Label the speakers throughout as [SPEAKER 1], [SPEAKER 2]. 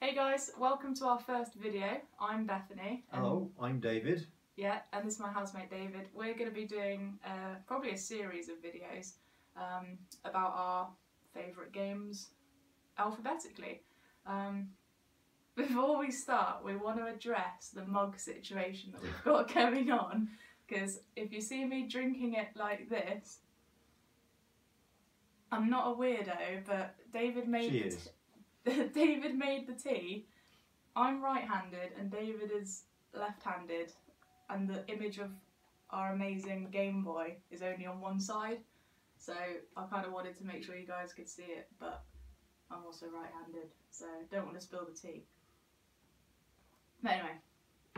[SPEAKER 1] Hey guys, welcome to our first video. I'm Bethany. and-
[SPEAKER 2] Hello, I'm David.
[SPEAKER 1] Yeah, and this is my housemate David. We're going to be doing uh, probably a series of videos um, about our favourite games alphabetically. Um, before we start, we want to address the mug situation that we've got going on because if you see me drinking it like this, I'm not a weirdo, but David made
[SPEAKER 2] She
[SPEAKER 1] the
[SPEAKER 2] is.
[SPEAKER 1] t- David made the tea. I'm right-handed and David is left-handed, and the image of our amazing Game Boy is only on one side. So I kind of wanted to make sure you guys could see it, but I'm also right-handed, so don't want to spill the tea. But anyway,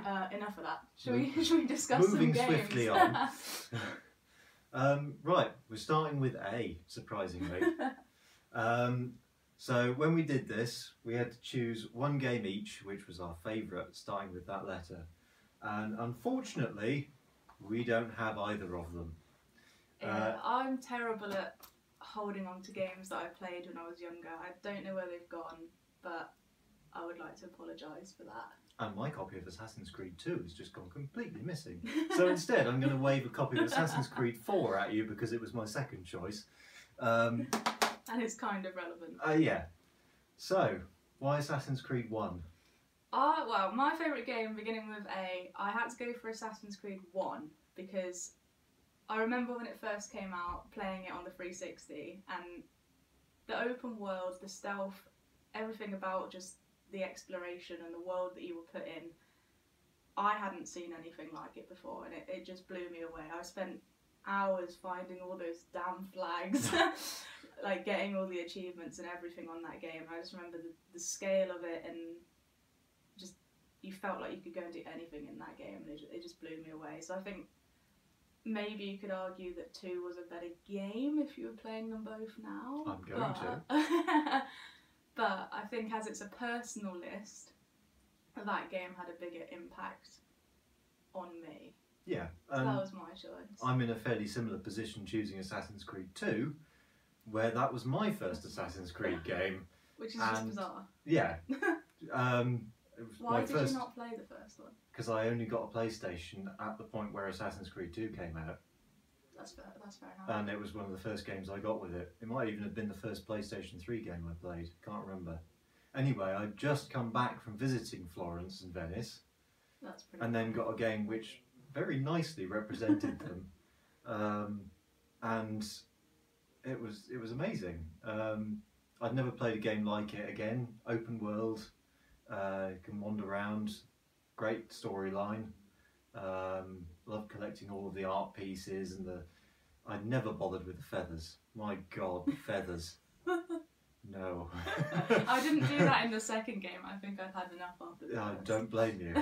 [SPEAKER 1] uh, enough of that. Shall we? Shall we discuss
[SPEAKER 2] Moving
[SPEAKER 1] some games? Uh,
[SPEAKER 2] swiftly on. Um, right, we're starting with A, surprisingly. um, so when we did this, we had to choose one game each, which was our favourite, starting with that letter. And unfortunately, we don't have either of them.
[SPEAKER 1] yeah,
[SPEAKER 2] Uh,
[SPEAKER 1] I'm terrible at holding on to games that I played when I was younger. I don't know where they've gone, but I would like to apologise for that.
[SPEAKER 2] And my copy of Assassin's Creed 2 has just gone completely missing. So instead, I'm going to wave a copy of Assassin's Creed 4 at you because it was my second choice. Um,
[SPEAKER 1] and it's kind of relevant.
[SPEAKER 2] Uh, yeah. So, why Assassin's Creed 1?
[SPEAKER 1] Uh, well, my favourite game, beginning with A, I had to go for Assassin's Creed 1 because I remember when it first came out playing it on the 360 and the open world, the stealth, everything about just the exploration and the world that you were put in, I hadn't seen anything like it before and it, it just blew me away. I spent hours finding all those damn flags. Like getting all the achievements and everything on that game, I just remember the, the scale of it and you felt like you could go and do anything in that game, and it, ju- it just blew me away. So I think maybe you could argue that two was a better game if you were playing them both now.
[SPEAKER 2] I'm going
[SPEAKER 1] to. but I think as it's a personal list, that game had a bigger impact on me.
[SPEAKER 2] Yeah,
[SPEAKER 1] So that
[SPEAKER 2] um,
[SPEAKER 1] was my choice.
[SPEAKER 2] I'm in a fairly similar position choosing Assassin's Creed 2, where that was my first Assassin's Creed game.
[SPEAKER 1] Which is just
[SPEAKER 2] and-
[SPEAKER 1] bizarre.
[SPEAKER 2] Yeah. Um, it was
[SPEAKER 1] Why
[SPEAKER 2] my
[SPEAKER 1] did
[SPEAKER 2] first
[SPEAKER 1] you not play the first one?
[SPEAKER 2] because I only got a PlayStation at the point where Assassin's Creed 2 came out,
[SPEAKER 1] That's fair, that's fair enough.
[SPEAKER 2] and it was one of the first games I got with it. It might even have been the first PlayStation 3 game I played, can't remember. Anyway, I'd just come back from visiting Florence and Venice,
[SPEAKER 1] that's pretty
[SPEAKER 2] and then got a game which very nicely represented them, um, and it was it was amazing. Um, I'd never played a game like it again. Open world, uh, you can wander around, great storyline. Um, loved collecting all of the art pieces and the. I never bothered with the feathers. My God, feathers. No.
[SPEAKER 1] I didn't do that in the second game. I think I've had enough after the
[SPEAKER 2] I
[SPEAKER 1] first.
[SPEAKER 2] Uh, don't blame you.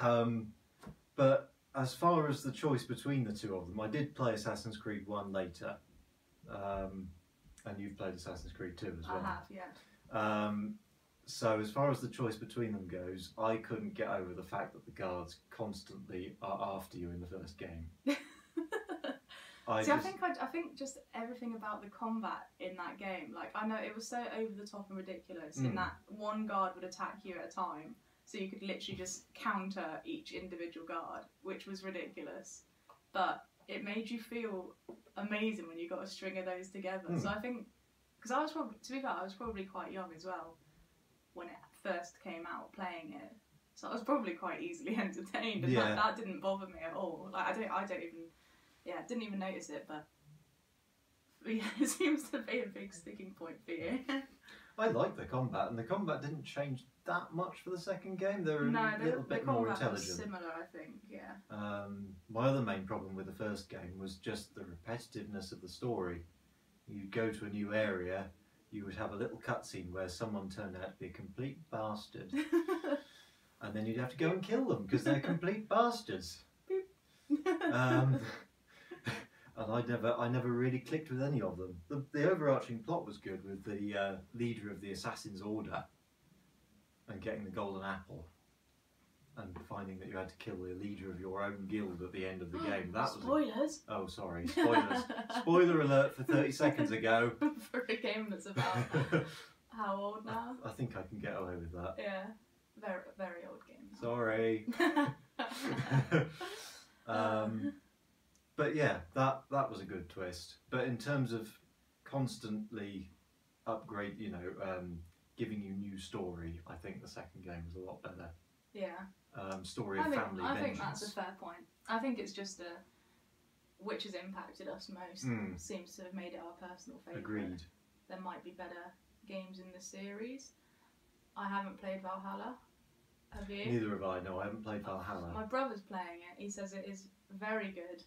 [SPEAKER 2] Um, but as far as the choice between the two of them, I did play Assassin's Creed 1 later. Um, and you've played Assassin's Creed 2 as
[SPEAKER 1] I
[SPEAKER 2] well.
[SPEAKER 1] have, yeah.
[SPEAKER 2] Um, so, as far as the choice between them goes, I couldn't get over the fact that the guards constantly are after you in the first game. I
[SPEAKER 1] See, I
[SPEAKER 2] just,
[SPEAKER 1] think I, I think just everything about the combat in that game, like I know it was so over the top and ridiculous, in
[SPEAKER 2] Mm.
[SPEAKER 1] that one guard would attack you at a time, so you could literally just counter each individual guard, which was ridiculous, but it made you feel amazing when you got a string of those together. So
[SPEAKER 2] Hmm.
[SPEAKER 1] I think, because I was probably, to be fair, I was probably quite young as well when it first came out playing it. So I was probably quite easily entertained, and
[SPEAKER 2] Yeah.
[SPEAKER 1] that, that didn't bother me at all. Like I don't, I don't even, yeah, didn't even notice it. But yeah, it seems to be a big sticking point for you.
[SPEAKER 2] I liked the combat, and the combat didn't change that much for the second game. They were
[SPEAKER 1] no,
[SPEAKER 2] a
[SPEAKER 1] the,
[SPEAKER 2] little
[SPEAKER 1] the
[SPEAKER 2] bit more
[SPEAKER 1] combat was
[SPEAKER 2] intelligent.
[SPEAKER 1] similar, I think. Yeah,
[SPEAKER 2] Um, my other main problem with the first game was just the repetitiveness of the story. You'd go to a new area, you would have a little cutscene where someone turned out to be a complete bastard, and then you'd have to go and kill them because they're complete bastards. Um, and I never, I never really clicked with any of them. The, the overarching plot was good with the uh, leader of the Assassin's Order and getting the golden apple. And finding that you had to kill the leader of your own guild at the end of the game. That was a
[SPEAKER 1] spoilers.
[SPEAKER 2] Oh, sorry, spoilers. Spoiler alert for 30 seconds ago.
[SPEAKER 1] for a game that's about how old now?
[SPEAKER 2] I, I think I can get away with that.
[SPEAKER 1] Yeah, very very old game. now.
[SPEAKER 2] Sorry. um, but yeah, that that was a good twist. But in terms of constantly upgrade, you know, um, giving you new story, I think the second game was a lot better.
[SPEAKER 1] yeah.
[SPEAKER 2] Um, story
[SPEAKER 1] I
[SPEAKER 2] of
[SPEAKER 1] think,
[SPEAKER 2] family
[SPEAKER 1] I think
[SPEAKER 2] vengeance.
[SPEAKER 1] that's a fair point. I think it's just a which has impacted us most
[SPEAKER 2] Mm.
[SPEAKER 1] seems to have made it our personal favourite.
[SPEAKER 2] Agreed.
[SPEAKER 1] There might be better games in the series. I haven't played Valhalla. Have you?
[SPEAKER 2] Neither have I. No, I haven't played Valhalla.
[SPEAKER 1] My brother's playing it. He says it is very good.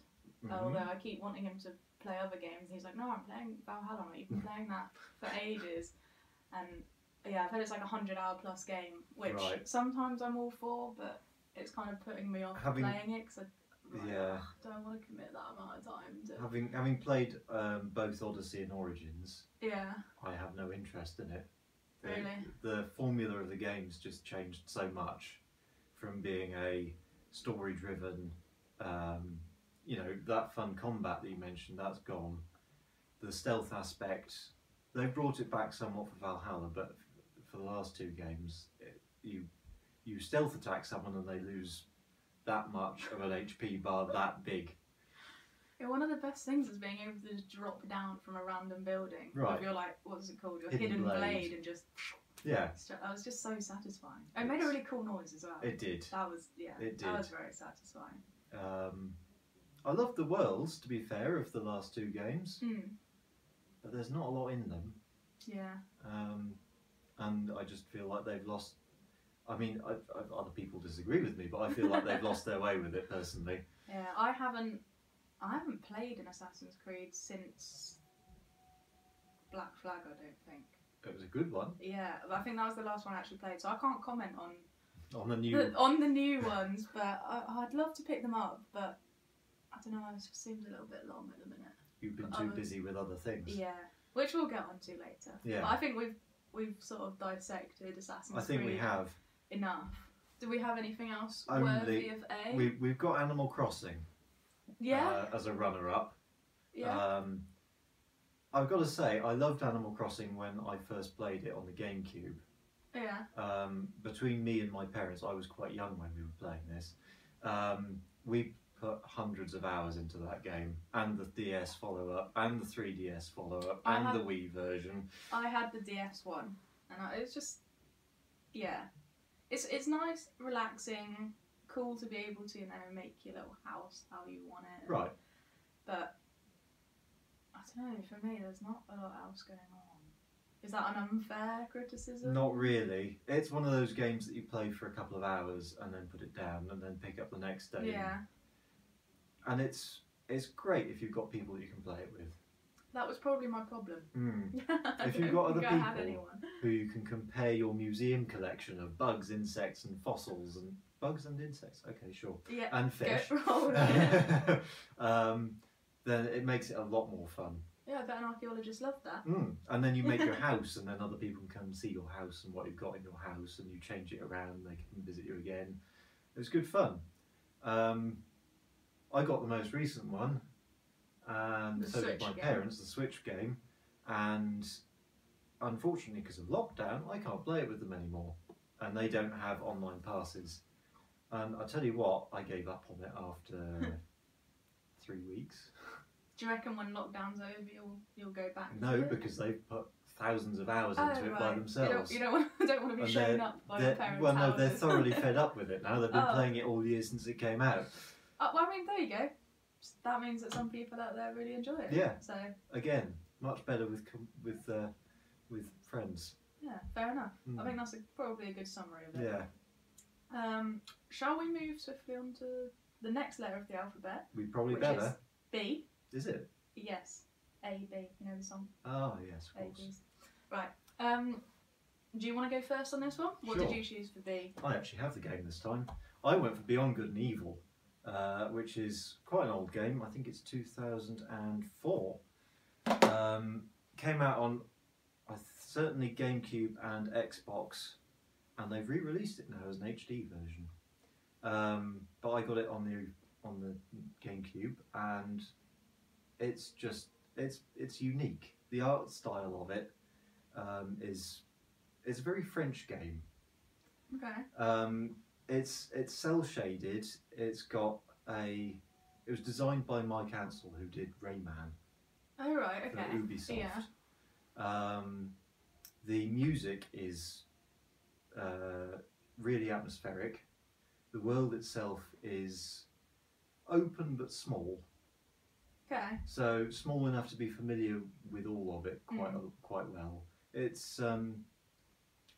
[SPEAKER 1] Although
[SPEAKER 2] Mhm.
[SPEAKER 1] Oh, I keep wanting him to play other games, he's like, "No, I'm playing Valhalla. I've been playing that for ages." And yeah, I've heard it's like a hundred-hour plus game, which
[SPEAKER 2] Right.
[SPEAKER 1] sometimes I'm all for, but it's kind of putting me off
[SPEAKER 2] Having-
[SPEAKER 1] playing it because I like,
[SPEAKER 2] Yeah.
[SPEAKER 1] "Ugh, don't want to commit that amount of time to.
[SPEAKER 2] Having having played um, both Odyssey and Origins,
[SPEAKER 1] Yeah,
[SPEAKER 2] I have no interest in it. The-
[SPEAKER 1] Really?
[SPEAKER 2] The formula of the games just changed so much from being a story driven, um, you know, that fun combat that you mentioned, that's gone. The stealth aspect, they brought it back somewhat for Valhalla, but f- for the last two games, it, you you stealth attack someone and they lose that much of an HP bar that big.
[SPEAKER 1] Yeah, one of the best things is being able to just drop down from a random building
[SPEAKER 2] Right.
[SPEAKER 1] with your like, what's it called, your
[SPEAKER 2] Hidden
[SPEAKER 1] hidden,
[SPEAKER 2] blade.
[SPEAKER 1] blade. and just.
[SPEAKER 2] Yeah,
[SPEAKER 1] stra- That was just so satisfying. It made a
[SPEAKER 2] It's-
[SPEAKER 1] really cool noise as well.
[SPEAKER 2] it did.
[SPEAKER 1] that was yeah.
[SPEAKER 2] it
[SPEAKER 1] That
[SPEAKER 2] did.
[SPEAKER 1] was very satisfying.
[SPEAKER 2] Um, I love the worlds, to be fair, of the last two games,
[SPEAKER 1] Mm,
[SPEAKER 2] but there's not a lot in them.
[SPEAKER 1] yeah.
[SPEAKER 2] Um, and I just feel like they've lost. I mean, I, I, other people disagree with me, but I feel like they've lost their way with it personally.
[SPEAKER 1] Yeah, I haven't I haven't played an Assassin's Creed since Black Flag, I don't think.
[SPEAKER 2] It was a good one
[SPEAKER 1] Yeah, but I think that was the last one I actually played, so I can't comment on
[SPEAKER 2] on the new.
[SPEAKER 1] the, on the new ones, but I, I'd love to pick them up, but I don't know, it just seems a little bit long at the minute.
[SPEAKER 2] You've been
[SPEAKER 1] but
[SPEAKER 2] too
[SPEAKER 1] other-
[SPEAKER 2] busy with other things.
[SPEAKER 1] Uh, Yeah, which we'll get onto later.
[SPEAKER 2] Yeah.
[SPEAKER 1] But I think we've we've sort of dissected Assassin's
[SPEAKER 2] I think
[SPEAKER 1] Creed
[SPEAKER 2] we have.
[SPEAKER 1] enough. Do we have anything else
[SPEAKER 2] Only-
[SPEAKER 1] worthy of A?
[SPEAKER 2] We, we've got Animal Crossing
[SPEAKER 1] yeah,
[SPEAKER 2] uh, as a runner up.
[SPEAKER 1] yeah.
[SPEAKER 2] Um, I've got to say, I loved Animal Crossing when I first played it on the GameCube.
[SPEAKER 1] yeah.
[SPEAKER 2] um, between me and my parents, I was quite young when we were playing this. Um, we put hundreds of hours into that game, and the DS follow up, and the 3DS follow up,
[SPEAKER 1] I
[SPEAKER 2] and
[SPEAKER 1] have-
[SPEAKER 2] the Wii version.
[SPEAKER 1] I had the DS one, and I, it was just, yeah, it's it's nice, relaxing, cool to be able to you know make your little house how you want it.
[SPEAKER 2] Right,
[SPEAKER 1] But I don't know. For me, there's not a lot else going on. Is that an unfair criticism?
[SPEAKER 2] not really. It's one of those games that you play for a couple of hours and then put it down and then pick up the next day.
[SPEAKER 1] Yeah,
[SPEAKER 2] And it's it's great if you've got people that you can play it with.
[SPEAKER 1] that was probably my problem.
[SPEAKER 2] Mm.
[SPEAKER 1] I
[SPEAKER 2] If you've
[SPEAKER 1] don't
[SPEAKER 2] got
[SPEAKER 1] think
[SPEAKER 2] other
[SPEAKER 1] I had
[SPEAKER 2] people-
[SPEAKER 1] anyone.
[SPEAKER 2] Who you can compare your museum collection of bugs, insects, and fossils, and bugs and insects. Okay, sure.
[SPEAKER 1] Yeah,
[SPEAKER 2] And fish.
[SPEAKER 1] go roll. yeah,
[SPEAKER 2] um, then it makes it a lot more fun.
[SPEAKER 1] I bet an archaeologist loved that.
[SPEAKER 2] Mm. And then you make your house, and then other people can come see your house and what you've got in your house, and you change it around. They can visit you again. It was good fun. Um, I got the most recent one, and
[SPEAKER 1] The
[SPEAKER 2] so did
[SPEAKER 1] Switch
[SPEAKER 2] my
[SPEAKER 1] game.
[SPEAKER 2] parents, the Switch game, and unfortunately, because of lockdown, I can't play it with them anymore, and they don't have online passes. And I tell you what, I gave up on it after three weeks.
[SPEAKER 1] Do you reckon when lockdown's over, you'll you'll go back?
[SPEAKER 2] No,
[SPEAKER 1] to it?
[SPEAKER 2] because they've put thousands of hours
[SPEAKER 1] Oh,
[SPEAKER 2] into it by
[SPEAKER 1] right.
[SPEAKER 2] themselves.
[SPEAKER 1] You don't, you don't, want, don't want to be
[SPEAKER 2] And
[SPEAKER 1] shown
[SPEAKER 2] they're-
[SPEAKER 1] up by
[SPEAKER 2] They're-
[SPEAKER 1] your parents'
[SPEAKER 2] well, no, they're
[SPEAKER 1] houses.
[SPEAKER 2] thoroughly fed up with it now. They've been
[SPEAKER 1] Oh.
[SPEAKER 2] playing it all year since it came out.
[SPEAKER 1] Oh, well, I mean, there you go. That means that some people out there really enjoy it.
[SPEAKER 2] Yeah.
[SPEAKER 1] So,
[SPEAKER 2] Again, much better with com- with uh, with friends.
[SPEAKER 1] yeah, fair enough.
[SPEAKER 2] Mm.
[SPEAKER 1] I think that's a, probably a good summary of it.
[SPEAKER 2] yeah,
[SPEAKER 1] Um, shall we move swiftly on to the next letter of the alphabet?
[SPEAKER 2] we probably
[SPEAKER 1] which
[SPEAKER 2] better.
[SPEAKER 1] is B.
[SPEAKER 2] Is... it?
[SPEAKER 1] Yes. A, B. You know the song?
[SPEAKER 2] Oh yes, of
[SPEAKER 1] A,
[SPEAKER 2] course.
[SPEAKER 1] B. Right. Um, do you want to go first on this one? What
[SPEAKER 2] Sure.
[SPEAKER 1] did you choose for B?
[SPEAKER 2] I actually have the game this time. I went for Beyond Good and Evil, uh, which is quite an old game. I think it's 2004. Um, came out on I th- certainly GameCube and Xbox, and they've re-released it now as an HD version. Um, but I got it on the on the GameCube, and it's just it's it's unique. The art style of it um, is It's a very French game.
[SPEAKER 1] Okay.
[SPEAKER 2] Um, it's it's cell shaded. It's got a. It was designed by Mike Ansell, who did Rayman
[SPEAKER 1] Oh right.
[SPEAKER 2] for
[SPEAKER 1] Okay.
[SPEAKER 2] Ubisoft.
[SPEAKER 1] Yeah.
[SPEAKER 2] Um, the music is uh, really atmospheric. The world itself is open but small,
[SPEAKER 1] Okay.
[SPEAKER 2] so small enough to be familiar with all of it quite quite well. It's um,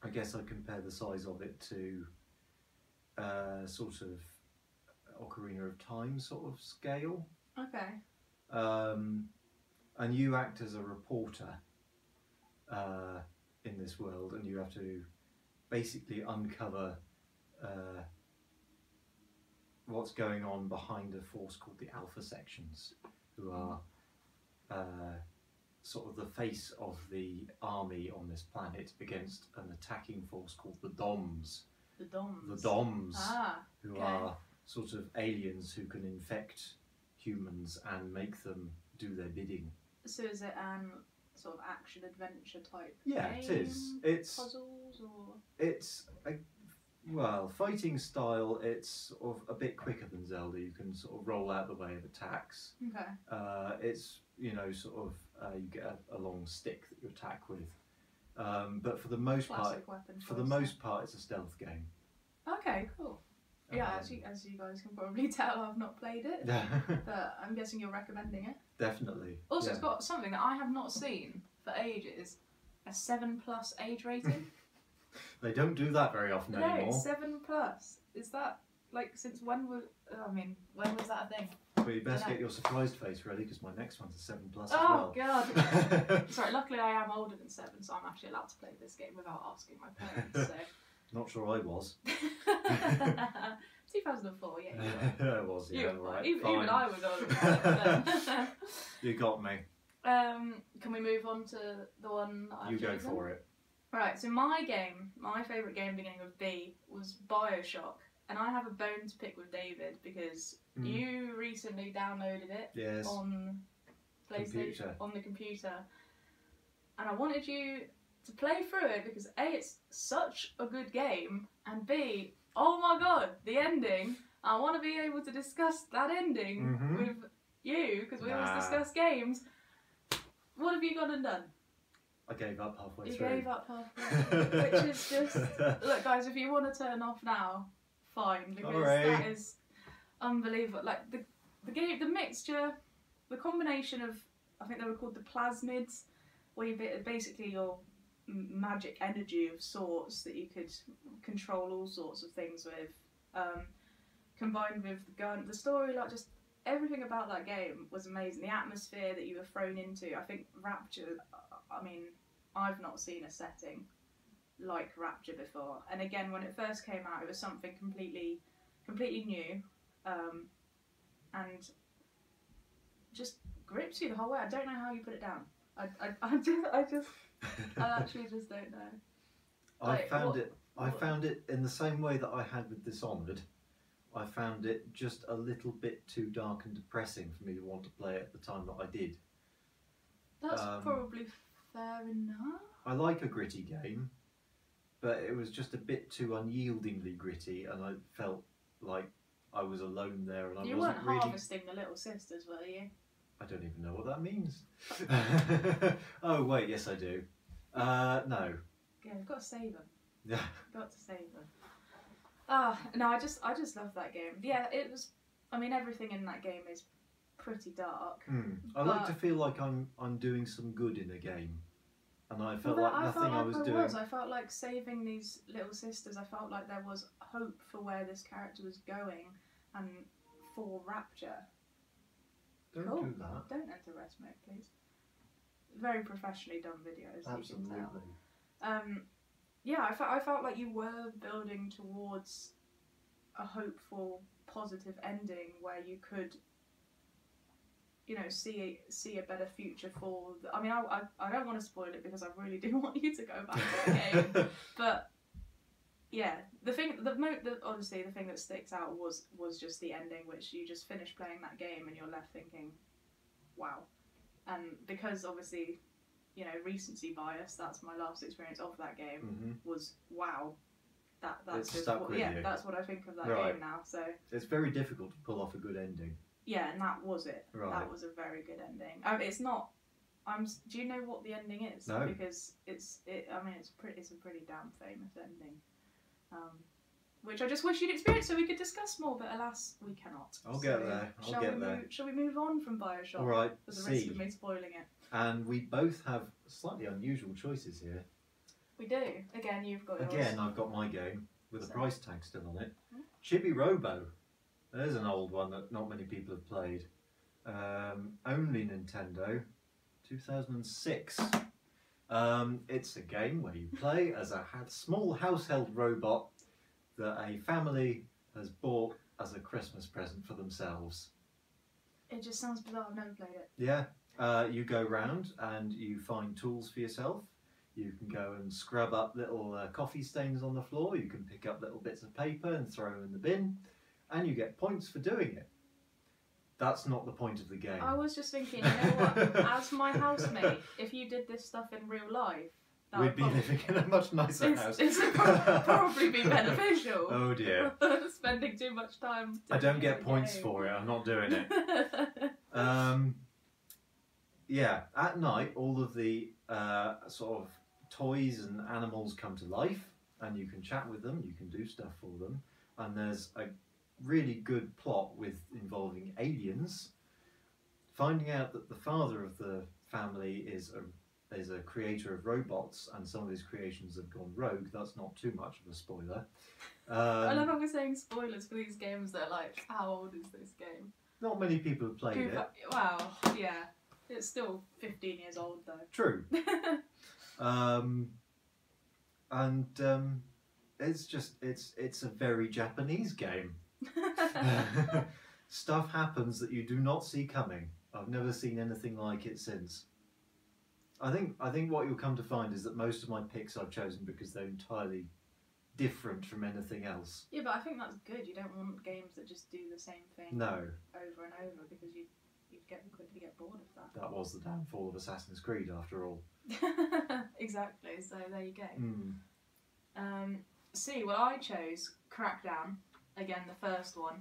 [SPEAKER 2] I guess I compare the size of it to uh, sort of Ocarina of Time sort of scale,
[SPEAKER 1] Okay.
[SPEAKER 2] um, and you act as a reporter uh, in this world, and you have to basically uncover uh, what's going on behind a force called the Alpha Sections, who are uh, sort of the face of the army on this planet against an attacking force called the Doms.
[SPEAKER 1] The Doms.
[SPEAKER 2] The Doms
[SPEAKER 1] Ah.
[SPEAKER 2] who
[SPEAKER 1] Okay.
[SPEAKER 2] are sort of aliens who can infect humans and make them do their bidding.
[SPEAKER 1] So is it um sort of action adventure type?
[SPEAKER 2] Yeah, it is.
[SPEAKER 1] game?
[SPEAKER 2] It's
[SPEAKER 1] Puzzles or
[SPEAKER 2] it's a, well, fighting style. It's sort of a bit quicker than Zelda. You can sort of roll out the way of attacks.
[SPEAKER 1] okay.
[SPEAKER 2] Uh, it's you know sort of uh, you get a, a long stick that you attack with. Um, but for the most
[SPEAKER 1] Classic weapon.
[SPEAKER 2] part, for the
[SPEAKER 1] choice.
[SPEAKER 2] most part, it's a stealth game.
[SPEAKER 1] Okay. Cool. Yeah.
[SPEAKER 2] Um,
[SPEAKER 1] As you as you guys can probably tell, I've not played it, but I'm guessing you're recommending it.
[SPEAKER 2] definitely.
[SPEAKER 1] Also,
[SPEAKER 2] yeah.
[SPEAKER 1] it's got something that I have not seen for ages. A seven plus age rating.
[SPEAKER 2] they don't do that very often
[SPEAKER 1] no,
[SPEAKER 2] anymore.
[SPEAKER 1] it's seven plus. Is that like since when was? oh, I mean, when was that a thing?
[SPEAKER 2] Well, you best
[SPEAKER 1] Yeah.
[SPEAKER 2] get your surprised face ready because my next one's a 7 plus
[SPEAKER 1] Oh
[SPEAKER 2] as
[SPEAKER 1] god.
[SPEAKER 2] well.
[SPEAKER 1] Sorry, luckily I am older than seven, so I'm actually allowed to play this game without asking my parents. So.
[SPEAKER 2] Not sure I was.
[SPEAKER 1] 2004, yeah. You were.
[SPEAKER 2] I was, yeah,
[SPEAKER 1] You were
[SPEAKER 2] right.
[SPEAKER 1] fine. even, even
[SPEAKER 2] fine.
[SPEAKER 1] I was older. Than seven.
[SPEAKER 2] You got me.
[SPEAKER 1] um, can we move on to the one that I've
[SPEAKER 2] You go
[SPEAKER 1] chosen?
[SPEAKER 2] for it.
[SPEAKER 1] Right, so my game, my favourite game beginning with B was Bioshock, and I have a bone to pick with David because
[SPEAKER 2] Mm.
[SPEAKER 1] you recently downloaded it
[SPEAKER 2] Yes.
[SPEAKER 1] on PlayStation
[SPEAKER 2] Computer.
[SPEAKER 1] on the computer, and I wanted you to play through it because a it's such a good game, and b oh my god the ending. I want to be able to discuss that ending
[SPEAKER 2] Mhm.
[SPEAKER 1] with you because we
[SPEAKER 2] Nah.
[SPEAKER 1] always discuss games. What have you gone and done?
[SPEAKER 2] I gave up halfway
[SPEAKER 1] you
[SPEAKER 2] through.
[SPEAKER 1] gave up halfway, which is just look, guys. If you want to turn off now, fine because
[SPEAKER 2] Alright.
[SPEAKER 1] that is unbelievable. Like the the game, the mixture, the combination of I think they were called the plasmids, where you ba- basically your m- magic energy of sorts that you could control all sorts of things with, um, combined with the gun, the story, like just everything about that game was amazing. The atmosphere that you were thrown into, I think Rapture. I- I mean, I've not seen a setting like Rapture before. And again, when it first came out, it was something completely, completely new, um, and just grips you the whole way. I don't know how you put it down. I, I, I just, I just, I actually just don't know.
[SPEAKER 2] I
[SPEAKER 1] uh, Like,
[SPEAKER 2] found
[SPEAKER 1] what-
[SPEAKER 2] it. I
[SPEAKER 1] what-
[SPEAKER 2] found it in the same way that I had with Dishonored. I found it just a little bit too dark and depressing for me to want to play it at the time that I did.
[SPEAKER 1] That's
[SPEAKER 2] Um,
[SPEAKER 1] probably fair enough.
[SPEAKER 2] I like a gritty game, but it was just a bit too unyieldingly gritty, and I felt like I was alone there, and I
[SPEAKER 1] you weren't
[SPEAKER 2] wasn't really.
[SPEAKER 1] harvesting the little sisters, were you?
[SPEAKER 2] I don't even know what that means. oh wait, yes I do. Uh, no.
[SPEAKER 1] Yeah, you've got to save them.
[SPEAKER 2] Yeah.
[SPEAKER 1] Got to save them. Ah, no, I just, I just love that game. Yeah, it was. I mean, everything in that game is pretty dark.
[SPEAKER 2] Hmm. I like to feel like I'm I'm doing some good in a game, and I felt
[SPEAKER 1] Well,
[SPEAKER 2] like nothing I, was doing.
[SPEAKER 1] I felt like saving these little sisters. I felt like there was hope for where this character was going, and for Rapture.
[SPEAKER 2] Don't
[SPEAKER 1] Cool.
[SPEAKER 2] do that.
[SPEAKER 1] Don't enter rest mode, please. Very professionally done videos. You can
[SPEAKER 2] Absolutely.
[SPEAKER 1] tell. um, yeah, I felt I felt like you were building towards a hopeful, positive ending where you could, you know, see see a better future for. The, I mean, I, I I don't want to spoil it because I really do want you to go back to the game. But yeah, the thing, the, mo- the honestly, the thing that sticks out was was just the ending, which you just finish playing that game and you're left thinking, wow. And because obviously you know recency bias. That's my last experience of that game.
[SPEAKER 2] hmm
[SPEAKER 1] Was wow, that that's
[SPEAKER 2] It's
[SPEAKER 1] just
[SPEAKER 2] stuck
[SPEAKER 1] what,
[SPEAKER 2] with
[SPEAKER 1] yeah,
[SPEAKER 2] you.
[SPEAKER 1] that's what I think of that
[SPEAKER 2] Right.
[SPEAKER 1] game now. So
[SPEAKER 2] It's very difficult to pull off a good ending.
[SPEAKER 1] yeah, and that was it.
[SPEAKER 2] Right.
[SPEAKER 1] That was a very good ending. Um, it's not. I'm. s- Do you know what the ending is?
[SPEAKER 2] No.
[SPEAKER 1] Because it's. It. I mean, it's pretty. It's a pretty damn famous ending. Um, which I just wish you'd experienced so we could discuss more, but alas, we cannot.
[SPEAKER 2] I'll
[SPEAKER 1] So,
[SPEAKER 2] get there. I'll
[SPEAKER 1] shall
[SPEAKER 2] get
[SPEAKER 1] we
[SPEAKER 2] there.
[SPEAKER 1] Move, shall we move on from Bioshock?
[SPEAKER 2] All right,
[SPEAKER 1] For the risk
[SPEAKER 2] C.
[SPEAKER 1] of me spoiling it,
[SPEAKER 2] And we both have slightly unusual choices here.
[SPEAKER 1] we do. Again, you've got yours.
[SPEAKER 2] Again, I've got my game with a
[SPEAKER 1] So-
[SPEAKER 2] price tag still on it.
[SPEAKER 1] Hmm.
[SPEAKER 2] Chibi Robo. There's an old one that not many people have played. Um, only Nintendo, 2006. Um, it's a game where you play as a ha- small household robot that a family has bought as a Christmas present for themselves.
[SPEAKER 1] It just sounds bizarre. I've never played it.
[SPEAKER 2] Yeah, uh, you go round and you find tools for yourself. You can go and scrub up little uh, coffee stains on the floor. You can pick up little bits of paper and throw in the bin, and you get points for doing it. That's not the point of the game.
[SPEAKER 1] I was just thinking, you know what? As my housemate, if you did this stuff in real life, that
[SPEAKER 2] We'd
[SPEAKER 1] would
[SPEAKER 2] be
[SPEAKER 1] probably-
[SPEAKER 2] living in a much nicer house.
[SPEAKER 1] It's, it's prob- probably be beneficial.
[SPEAKER 2] oh dear.
[SPEAKER 1] Spending too much time.
[SPEAKER 2] I don't get
[SPEAKER 1] doing
[SPEAKER 2] points
[SPEAKER 1] game.
[SPEAKER 2] for it. I'm not doing it. Um, yeah, at night, all of the uh, sort of toys and animals come to life, and you can chat with them, you can do stuff for them, and there's a really good plot with involving aliens. Finding out that the father of the family is a is a creator of robots, and some of his creations have gone rogue. That's not too much of a spoiler.
[SPEAKER 1] I love
[SPEAKER 2] Um,
[SPEAKER 1] how we're saying spoilers for these games that are like, how old is this game?
[SPEAKER 2] not many people have played
[SPEAKER 1] Who
[SPEAKER 2] it.
[SPEAKER 1] fu- Wow, yeah. It's still 15 years old though.
[SPEAKER 2] True. um, and um, it's just it's it's a very Japanese game. Stuff happens that you do not see coming. I've never seen anything like it since. I think I think what you'll come to find is that most of my picks I've chosen because they're entirely different from anything else.
[SPEAKER 1] yeah, but I think that's good. You don't want games that just do the same thing
[SPEAKER 2] No,
[SPEAKER 1] over and over because you you'd get quickly get bored of
[SPEAKER 2] that was the downfall of Assassin's Creed after all.
[SPEAKER 1] that. exactly. So there you go.
[SPEAKER 2] Mm.
[SPEAKER 1] Um, see, well, I chose Crackdown again, the first one.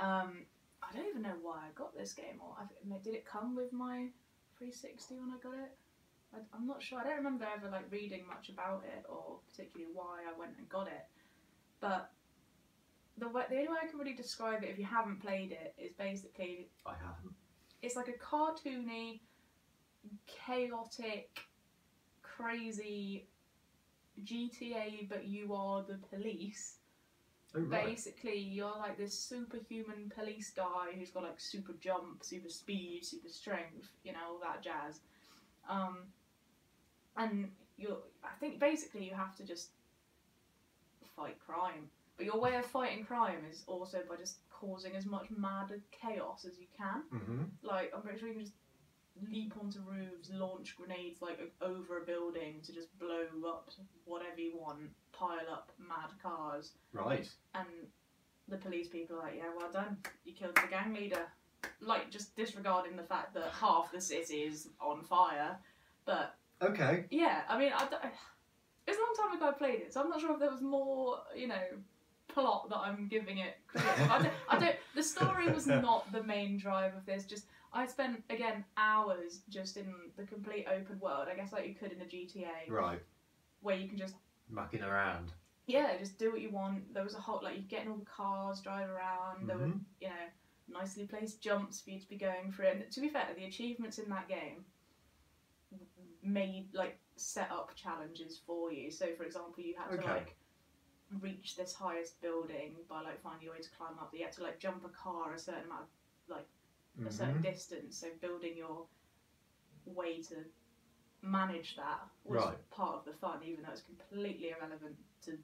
[SPEAKER 1] Um, I don't even know why I got this game, or I th- did it come with my 360 when I got it? I, I'm not sure. I don't remember ever like reading much about it, or particularly why I went and got it. But the way, the only way I can really describe it, if you haven't played it, is basically
[SPEAKER 2] I haven't.
[SPEAKER 1] it's like a cartoony, chaotic, crazy GTA, but you are the police.
[SPEAKER 2] Oh right.
[SPEAKER 1] Basically, you're like this superhuman police guy who's got like super jump, super speed, super strength, you know, all that jazz. Um, and you're, I think basically you have to just fight crime. But your way of fighting crime is also by just causing as much mad chaos as you can
[SPEAKER 2] hmm
[SPEAKER 1] like I'm pretty sure you can just leap onto roofs, launch grenades like o- over a building to just blow up whatever you want, pile up mad cars,
[SPEAKER 2] Right.
[SPEAKER 1] and the police people are like, yeah, well done, you killed the gang leader, like just disregarding the fact that half the city is on fire. But
[SPEAKER 2] Okay.
[SPEAKER 1] yeah, I mean, I don't, it's a long time ago I played it, so I'm not sure if there was more, you know. Plot that I'm giving it. credit for. I don't, I don't. The story was not the main drive of this. Just I spent again hours just in the complete open world. I guess like you could in a GTA,
[SPEAKER 2] Right.
[SPEAKER 1] where you can just
[SPEAKER 2] Mucking around.
[SPEAKER 1] yeah, just do what you want. There was a whole like you get in all the cars, drive around. There were
[SPEAKER 2] Mhm.
[SPEAKER 1] you know nicely placed jumps for you to be going through. And to be fair, the achievements in that game made like set up challenges for you. So for example, you had to
[SPEAKER 2] Okay.
[SPEAKER 1] like reach this highest building by like finding a way to climb up. You had to like jump a car a certain amount of a certain
[SPEAKER 2] Mhm.
[SPEAKER 1] distance. So building your way to manage that was
[SPEAKER 2] Right.
[SPEAKER 1] part of the fun, even though it's completely irrelevant to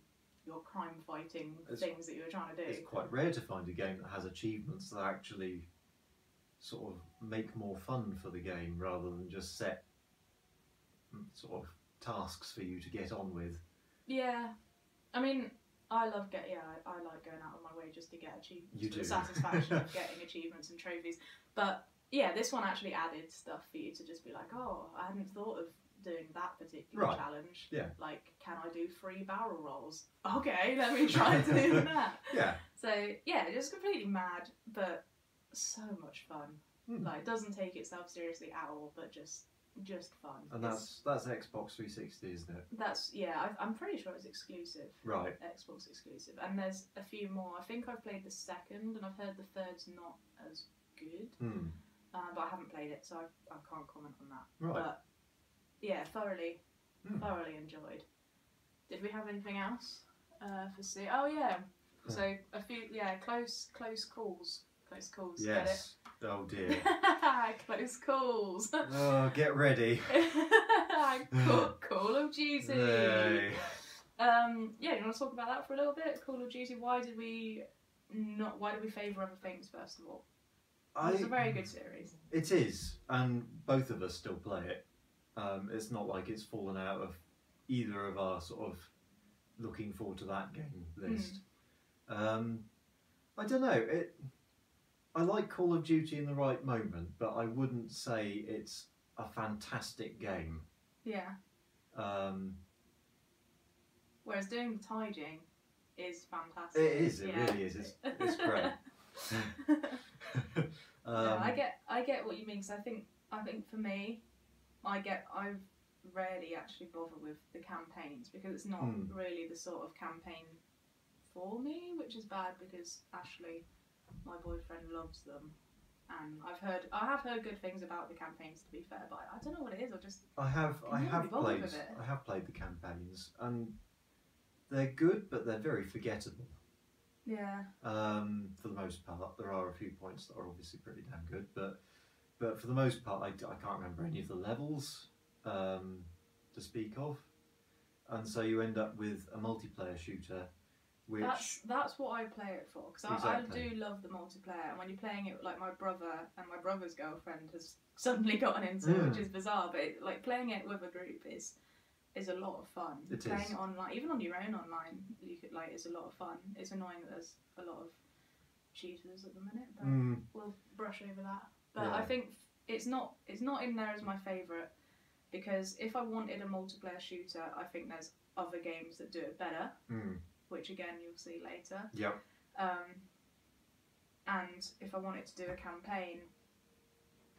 [SPEAKER 1] your crime fighting
[SPEAKER 2] It's-
[SPEAKER 1] things that you were trying to do.
[SPEAKER 2] it's quite rare to find a game that has achievements that actually sort of make more fun for the game rather than just set mm, sort of tasks for you to get on with.
[SPEAKER 1] Yeah, I mean, I love get yeah, I, I like going out of my way just to get achievements.
[SPEAKER 2] You
[SPEAKER 1] for
[SPEAKER 2] do.
[SPEAKER 1] the satisfaction of getting achievements and trophies. But yeah, this one actually added stuff for you to just be like, oh, I hadn't thought of doing that particular
[SPEAKER 2] Right.
[SPEAKER 1] challenge.
[SPEAKER 2] Yeah.
[SPEAKER 1] Like, can I do three barrel rolls? Okay, let me try doing that.
[SPEAKER 2] Yeah.
[SPEAKER 1] So yeah, just completely mad, but so much fun.
[SPEAKER 2] Hmm.
[SPEAKER 1] Like, doesn't take itself seriously at all, but just just fun.
[SPEAKER 2] And
[SPEAKER 1] It's-
[SPEAKER 2] that's that's Xbox 360, isn't it?
[SPEAKER 1] that's yeah. I, I'm pretty sure it's exclusive.
[SPEAKER 2] Right.
[SPEAKER 1] Xbox exclusive, and there's a few more. I think I've played the second, and I've heard the third's not as good,
[SPEAKER 2] Hmm.
[SPEAKER 1] uh, but I haven't played it, so I, I can't comment on that.
[SPEAKER 2] Right.
[SPEAKER 1] But yeah, thoroughly,
[SPEAKER 2] Hmm.
[SPEAKER 1] thoroughly enjoyed. Did we have anything else uh, for C? Oh yeah, so a few yeah close close calls, close calls.
[SPEAKER 2] yes. Oh dear.
[SPEAKER 1] Get it? close calls.
[SPEAKER 2] oh, get ready.
[SPEAKER 1] Call, Call of Duty.
[SPEAKER 2] Yay.
[SPEAKER 1] Um, yeah, you want to talk about that for a little bit? Call of Duty. Why did we not? Why did we favour other things first of all? It's a very good series.
[SPEAKER 2] It is, and both of us still play it. Um, it's not like it's fallen out of either of our sort of looking forward to that game
[SPEAKER 1] Mm-hmm.
[SPEAKER 2] list. Um, I don't know. It. I like Call of Duty in the right moment, but I wouldn't say it's a fantastic game.
[SPEAKER 1] Yeah.
[SPEAKER 2] Um,
[SPEAKER 1] Whereas doing the Taijing is fantastic.
[SPEAKER 2] it is. It
[SPEAKER 1] Yeah.
[SPEAKER 2] really is. It's, it's great. um,
[SPEAKER 1] no, I get I get what you mean because I think I think for me, I get I rarely actually bother with the campaigns because it's not
[SPEAKER 2] Hmm.
[SPEAKER 1] really the sort of campaign for me, which is bad because Ashley, my boyfriend, loves them. And I've heard, I have heard good things about the campaigns. To be fair, but I don't know what it is. I just
[SPEAKER 2] I have
[SPEAKER 1] Can
[SPEAKER 2] I
[SPEAKER 1] you really
[SPEAKER 2] have
[SPEAKER 1] bother
[SPEAKER 2] played
[SPEAKER 1] with it?
[SPEAKER 2] I have played the campaigns and they're good but they're very forgettable
[SPEAKER 1] yeah,
[SPEAKER 2] um, for the most part. There are a few points that are obviously pretty damn good, but but for the most part, I, I can't remember any of the levels um, to speak of, and so you end up with a multiplayer shooter, which
[SPEAKER 1] that's that's what I play it for because I, I
[SPEAKER 2] Exactly.
[SPEAKER 1] do love the multiplayer. And when you're playing it, like my brother and my brother's girlfriend has suddenly gotten into, it, which
[SPEAKER 2] Mm.
[SPEAKER 1] is bizarre. But it, like playing it with a group is is a lot of fun.
[SPEAKER 2] It
[SPEAKER 1] playing
[SPEAKER 2] is.
[SPEAKER 1] it online, even on your own online, you could like it's a lot of fun. It's annoying that there's a lot of cheaters at the minute, but
[SPEAKER 2] Mm,
[SPEAKER 1] we'll brush over that. But I
[SPEAKER 2] Yeah.
[SPEAKER 1] think it's not it's not in there as my favourite because if I wanted a multiplayer shooter, I think there's other games that do it better
[SPEAKER 2] mm,
[SPEAKER 1] which again you'll see later.
[SPEAKER 2] Yep.
[SPEAKER 1] Um, and if I wanted to do a campaign,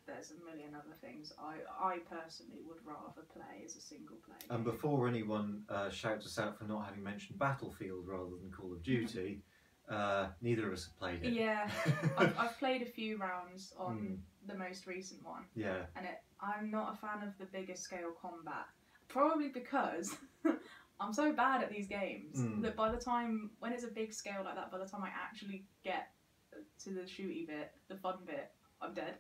[SPEAKER 1] there's a million other things I, I personally would rather play as a single player.
[SPEAKER 2] And
[SPEAKER 1] game.
[SPEAKER 2] before anyone uh, shouts us out for not having mentioned Battlefield rather than Call of Duty, uh, neither of us have played it.
[SPEAKER 1] yeah, I've, I've played a few rounds on the most recent one,
[SPEAKER 2] Hmm, yeah.
[SPEAKER 1] and it, I'm not a fan of the bigger scale combat. Probably because I'm so bad at these games
[SPEAKER 2] Mm.
[SPEAKER 1] that by the time, when it's a big scale like that, by the time I actually get to the shooty bit, the fun bit, I'm dead.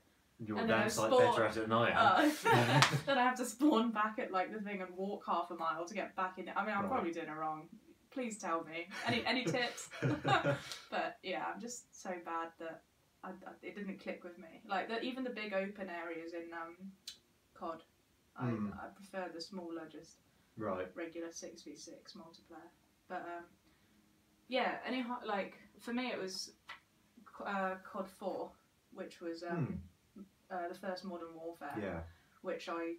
[SPEAKER 2] You're
[SPEAKER 1] And then
[SPEAKER 2] damn
[SPEAKER 1] I
[SPEAKER 2] sight
[SPEAKER 1] spawn-
[SPEAKER 2] better at it than I am.
[SPEAKER 1] Oh. then I have to spawn back at like the thing and walk half a mile to get back in. it. I mean, I'm
[SPEAKER 2] Right.
[SPEAKER 1] probably doing it wrong. Please tell me any any tips. Oh. but yeah, I'm just so bad that I, I, it didn't click with me. Like the, even the big open areas in um, COD, I,
[SPEAKER 2] Hmm.
[SPEAKER 1] I prefer the smaller, just
[SPEAKER 2] right.
[SPEAKER 1] regular six v six multiplayer. But um, yeah, anyhow, like for me it was uh, COD four, which was um, uh, the first Modern Warfare
[SPEAKER 2] Hmm. Yeah.
[SPEAKER 1] which I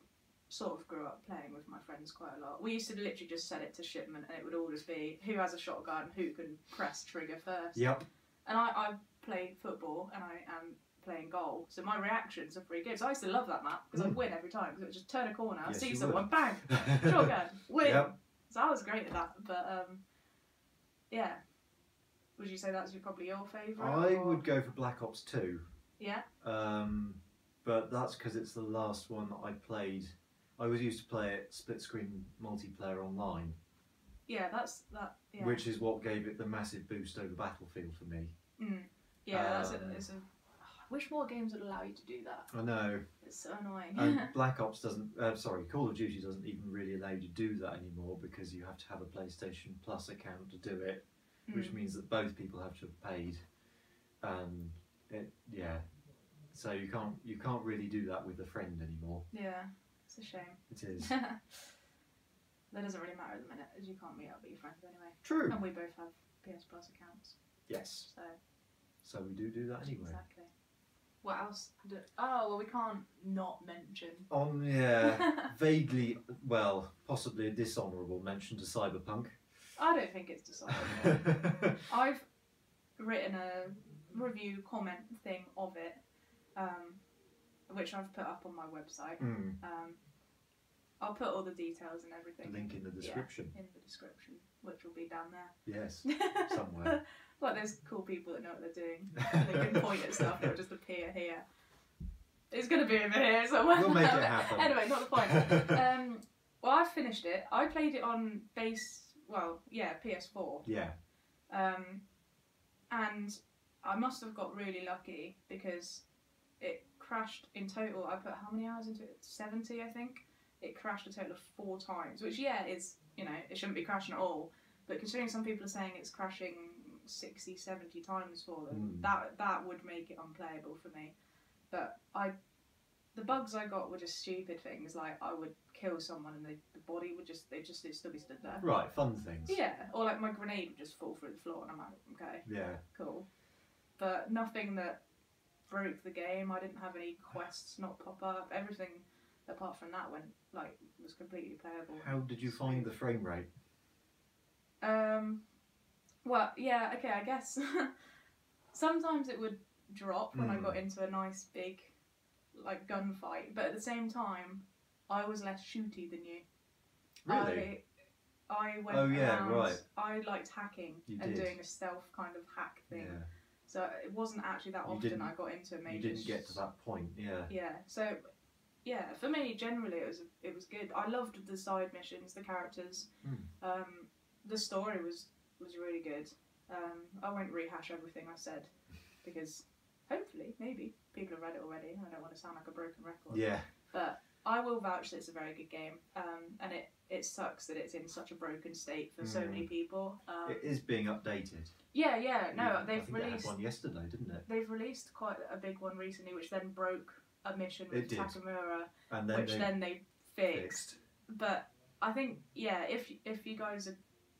[SPEAKER 1] sort of grew up playing with my friends quite a lot. We used to literally just set it to shipment, and it would always be who has a shotgun, who can press trigger first.
[SPEAKER 2] Yep.
[SPEAKER 1] And I, I play football, and I am playing goal, so my reactions are pretty good. So I used to love that map because I'd
[SPEAKER 2] Mm.
[SPEAKER 1] win every time. Because it would just turn a corner,
[SPEAKER 2] Yes,
[SPEAKER 1] see
[SPEAKER 2] you
[SPEAKER 1] someone, bang, shotgun, win.
[SPEAKER 2] Yep.
[SPEAKER 1] So I was great at that. But um, yeah, would you say that's your, probably your favourite?
[SPEAKER 2] I
[SPEAKER 1] or-
[SPEAKER 2] would go for Black Ops 2.
[SPEAKER 1] Yeah.
[SPEAKER 2] Um, but that's because it's the last one that I played. I was used to play it split screen multiplayer online,
[SPEAKER 1] Yeah, that's that. Yeah.
[SPEAKER 2] which is what gave it the massive boost over Battlefield for me.
[SPEAKER 1] Mm. Yeah, that's
[SPEAKER 2] Um,
[SPEAKER 1] a, it's a. I wish more games would allow you to do that.
[SPEAKER 2] I know.
[SPEAKER 1] It's so annoying.
[SPEAKER 2] And Black Ops doesn't, uh, sorry, Call of Duty doesn't even really allow you to do that anymore because you have to have a PlayStation Plus account to do it, which
[SPEAKER 1] Mm.
[SPEAKER 2] means that both people have to have paid. Um, it, yeah. So you can't you can't really do that with a friend anymore.
[SPEAKER 1] Hmm. Yeah, it's a shame.
[SPEAKER 2] It is
[SPEAKER 1] that doesn't really matter at the minute, as you can't meet up with your friends anyway.
[SPEAKER 2] true.
[SPEAKER 1] And we both have PS Plus accounts,
[SPEAKER 2] Yes.
[SPEAKER 1] so
[SPEAKER 2] So we do do that anyway.
[SPEAKER 1] exactly. What else?
[SPEAKER 3] D- Oh, well, we can't not mention.
[SPEAKER 2] On yeah, vaguely, well, possibly a dishonourable mention to Cyberpunk. Um,
[SPEAKER 3] I don't think it's decided. I've
[SPEAKER 1] Written a review comment thing of it, um, which I've put up on my website.
[SPEAKER 2] Hmm,
[SPEAKER 1] Um, I'll put all the details and everything
[SPEAKER 2] link in the description.
[SPEAKER 1] in the description, which will be down there.
[SPEAKER 2] Yes, somewhere.
[SPEAKER 1] Well, there's cool people that know what they're doing. They can point at stuff that will just appear here. It's going to be over here somewhere.
[SPEAKER 2] We'll make it happen.
[SPEAKER 1] Anyway, not the point. Um, well, I finished it. I played it on base, well, yeah, PS4.
[SPEAKER 2] yeah,
[SPEAKER 1] Um, and I must have got really lucky because it crashed in total. I put how many hours into it? 70, I think. It crashed a total of four times, which, yeah, is, you know, it shouldn't be crashing at all. But considering some people are saying it's crashing 60, 70 times for them,
[SPEAKER 2] Mm.
[SPEAKER 1] that, that would make it unplayable for me. But I. The bugs I got were just stupid things. Like I would kill someone and they, the body would just they just it'd still be stood there.
[SPEAKER 2] right, fun things.
[SPEAKER 1] Yeah, or like my grenade would just fall through the floor, and I'm like, okay,
[SPEAKER 2] Yeah.
[SPEAKER 1] cool. But nothing that broke the game. I didn't have any quests not pop up. Everything apart from that went like was completely playable.
[SPEAKER 2] How did you find the frame rate?
[SPEAKER 1] Um, well, yeah, okay, I guess. Sometimes it would drop when I
[SPEAKER 2] Mm.
[SPEAKER 1] got into a nice big, like gunfight, but at the same time, I was less shooty than you.
[SPEAKER 2] Really?
[SPEAKER 1] I, I went
[SPEAKER 2] Oh, yeah,
[SPEAKER 1] around,
[SPEAKER 2] right.
[SPEAKER 1] I liked hacking
[SPEAKER 2] You
[SPEAKER 1] and
[SPEAKER 2] did.
[SPEAKER 1] doing a stealth kind of hack
[SPEAKER 2] yeah.
[SPEAKER 1] thing. So it wasn't actually that
[SPEAKER 2] You
[SPEAKER 1] often
[SPEAKER 2] didn't-
[SPEAKER 1] I got into a major.
[SPEAKER 2] You didn't get to that point. Yeah.
[SPEAKER 1] Yeah. So yeah, for me generally it was it was good. I loved the side missions, the characters,
[SPEAKER 2] Hmm.
[SPEAKER 1] um, the story was was really good. Um, I won't rehash everything I said because hopefully maybe people have read it already. I don't want to sound like a broken record.
[SPEAKER 2] Yeah.
[SPEAKER 1] But I will vouch that it's a very good game, um, and it it sucks that it's in such a broken state for so
[SPEAKER 2] Mm.
[SPEAKER 1] many people. Um,
[SPEAKER 2] It is being updated.
[SPEAKER 1] yeah, yeah. No,
[SPEAKER 2] Yeah, I
[SPEAKER 1] they've
[SPEAKER 2] think they had
[SPEAKER 1] released
[SPEAKER 2] one yesterday, didn't it?
[SPEAKER 1] they've released quite a big one recently, which then broke a mission
[SPEAKER 2] It
[SPEAKER 1] with
[SPEAKER 2] did.
[SPEAKER 1] Takamura,
[SPEAKER 2] And then
[SPEAKER 1] which
[SPEAKER 2] they
[SPEAKER 1] then they fixed.
[SPEAKER 2] fixed.
[SPEAKER 1] But I think yeah, if if you guys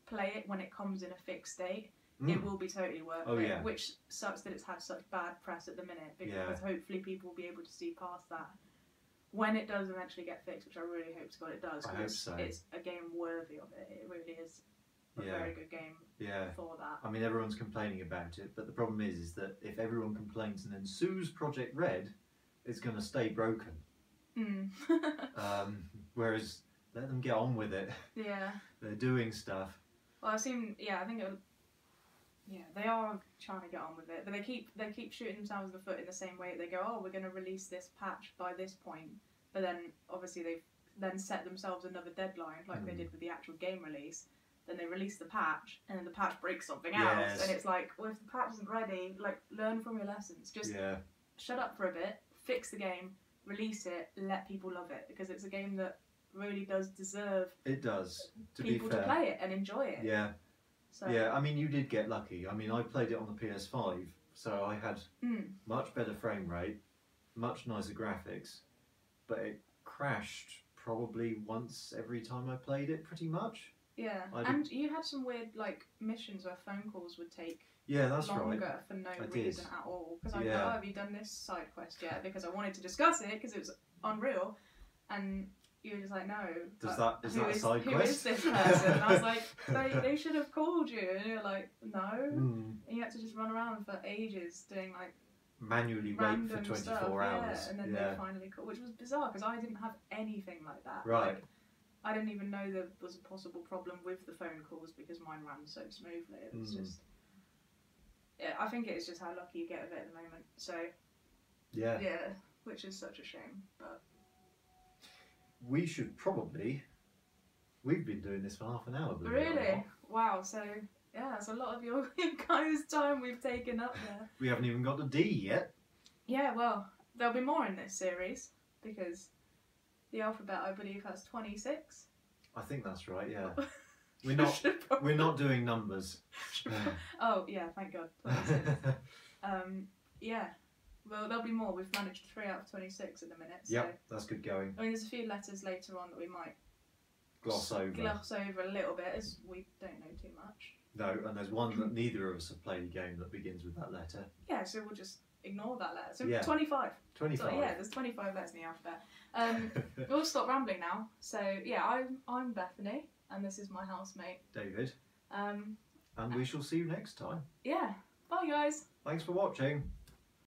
[SPEAKER 1] play it when it comes in a fixed state, it
[SPEAKER 2] Mm,
[SPEAKER 1] will be totally worth
[SPEAKER 2] Oh,
[SPEAKER 1] it.
[SPEAKER 2] yeah.
[SPEAKER 1] Which sucks that it's had such bad press at the minute because
[SPEAKER 2] Yeah.
[SPEAKER 1] hopefully people will be able to see past that when it does eventually get fixed, which I really hope to God it does.
[SPEAKER 2] I hope
[SPEAKER 1] 'cause
[SPEAKER 2] so.
[SPEAKER 1] It's a game worthy of it. It really is a
[SPEAKER 2] Yeah.
[SPEAKER 1] very good game
[SPEAKER 2] Yeah.
[SPEAKER 1] for that.
[SPEAKER 2] I mean, everyone's complaining about it, but the problem is, is that if everyone complains and then sues Project Red, it's going to stay broken.
[SPEAKER 1] Mm.
[SPEAKER 2] Um, whereas, let them get on with it.
[SPEAKER 1] yeah.
[SPEAKER 2] They're doing stuff.
[SPEAKER 1] Well, I've seen. Yeah, I think. It'll, yeah, they are trying to get on with it, but they keep they keep shooting themselves in the foot in the same way. They go, oh, we're going to release this patch by this point, but then obviously they've then set themselves another deadline, like they
[SPEAKER 2] Mm.
[SPEAKER 1] did with the actual game release. Then they release the patch, and then the patch breaks something else,
[SPEAKER 2] Yes.
[SPEAKER 1] and it's like, well, if the patch isn't ready, like learn from your lessons. Just
[SPEAKER 2] yeah,
[SPEAKER 1] shut up for a bit, fix the game, release it, let people love it because it's a game that really does deserve
[SPEAKER 2] it does. To be
[SPEAKER 1] people
[SPEAKER 2] fair.
[SPEAKER 1] to play it and enjoy it.
[SPEAKER 2] Yeah,
[SPEAKER 1] So,
[SPEAKER 2] yeah. I mean, you did get lucky. I mean, I played it on the PS5, so I had
[SPEAKER 1] mm.
[SPEAKER 2] much better frame rate, much nicer graphics, but it crashed probably once every time I played it, pretty much.
[SPEAKER 1] Yeah,
[SPEAKER 2] I did-
[SPEAKER 1] and you had some weird like missions where phone calls would take
[SPEAKER 2] Yeah, that's
[SPEAKER 1] longer
[SPEAKER 2] right.
[SPEAKER 1] for no
[SPEAKER 2] I did.
[SPEAKER 1] reason at all. Because I
[SPEAKER 2] Yeah.
[SPEAKER 1] thought, oh, have you done this side quest yet? Because I wanted to discuss it because it was unreal, and you were just like, no.
[SPEAKER 2] Does
[SPEAKER 1] but
[SPEAKER 2] that is
[SPEAKER 1] who
[SPEAKER 2] that a side
[SPEAKER 1] who
[SPEAKER 2] quest?
[SPEAKER 1] is this person? And I was like, they, they should have called you, and you're like, no.
[SPEAKER 2] Mm.
[SPEAKER 1] And you had to just run around for ages doing like
[SPEAKER 2] manually wait for
[SPEAKER 1] random
[SPEAKER 2] 24
[SPEAKER 1] stuff,
[SPEAKER 2] hours.
[SPEAKER 1] yeah, and then
[SPEAKER 2] yeah.
[SPEAKER 1] they finally called, which was bizarre because I didn't have anything like that.
[SPEAKER 2] Right.
[SPEAKER 1] Like, I didn't even know there was a possible problem with the phone calls because mine ran so smoothly. It was
[SPEAKER 2] Mm.
[SPEAKER 1] just. Yeah, I think it's just how lucky you get with it at the moment. So,
[SPEAKER 2] yeah.
[SPEAKER 1] yeah, which is such a shame. But
[SPEAKER 2] We should probably. We've been doing this for half an hour. believe it or
[SPEAKER 1] really,
[SPEAKER 2] not.
[SPEAKER 1] wow. So, yeah, that's a lot of your guys' time we've taken up there.
[SPEAKER 2] We haven't even got to D yet.
[SPEAKER 1] yeah, well, there'll be more in this series because the alphabet, I believe, has 26.
[SPEAKER 2] I think that's right. Yeah. We're not.
[SPEAKER 1] Should probably-
[SPEAKER 2] We're not doing numbers.
[SPEAKER 1] should probably- Oh yeah, thank God. 26. um, yeah. Well, there'll be more. We've managed three out of twenty-six at the minute. So.
[SPEAKER 2] yep, that's good going.
[SPEAKER 1] I mean, there's a few letters later on that we might
[SPEAKER 2] Gloss over.
[SPEAKER 1] gloss over a little bit as we don't know too much.
[SPEAKER 2] No, and there's one that neither of us have played a game that begins with that letter.
[SPEAKER 1] Yeah, so we'll just ignore that letter. So
[SPEAKER 2] Yeah.
[SPEAKER 1] 25. So,
[SPEAKER 2] 25.
[SPEAKER 1] Oh, yeah, there's 25 letters in the alphabet. Um, we'll stop rambling now. So yeah, I'm, I'm Bethany and this is my housemate.
[SPEAKER 2] David,
[SPEAKER 1] Um,
[SPEAKER 2] and we shall see you next time.
[SPEAKER 1] yeah, bye guys.
[SPEAKER 2] Thanks for watching.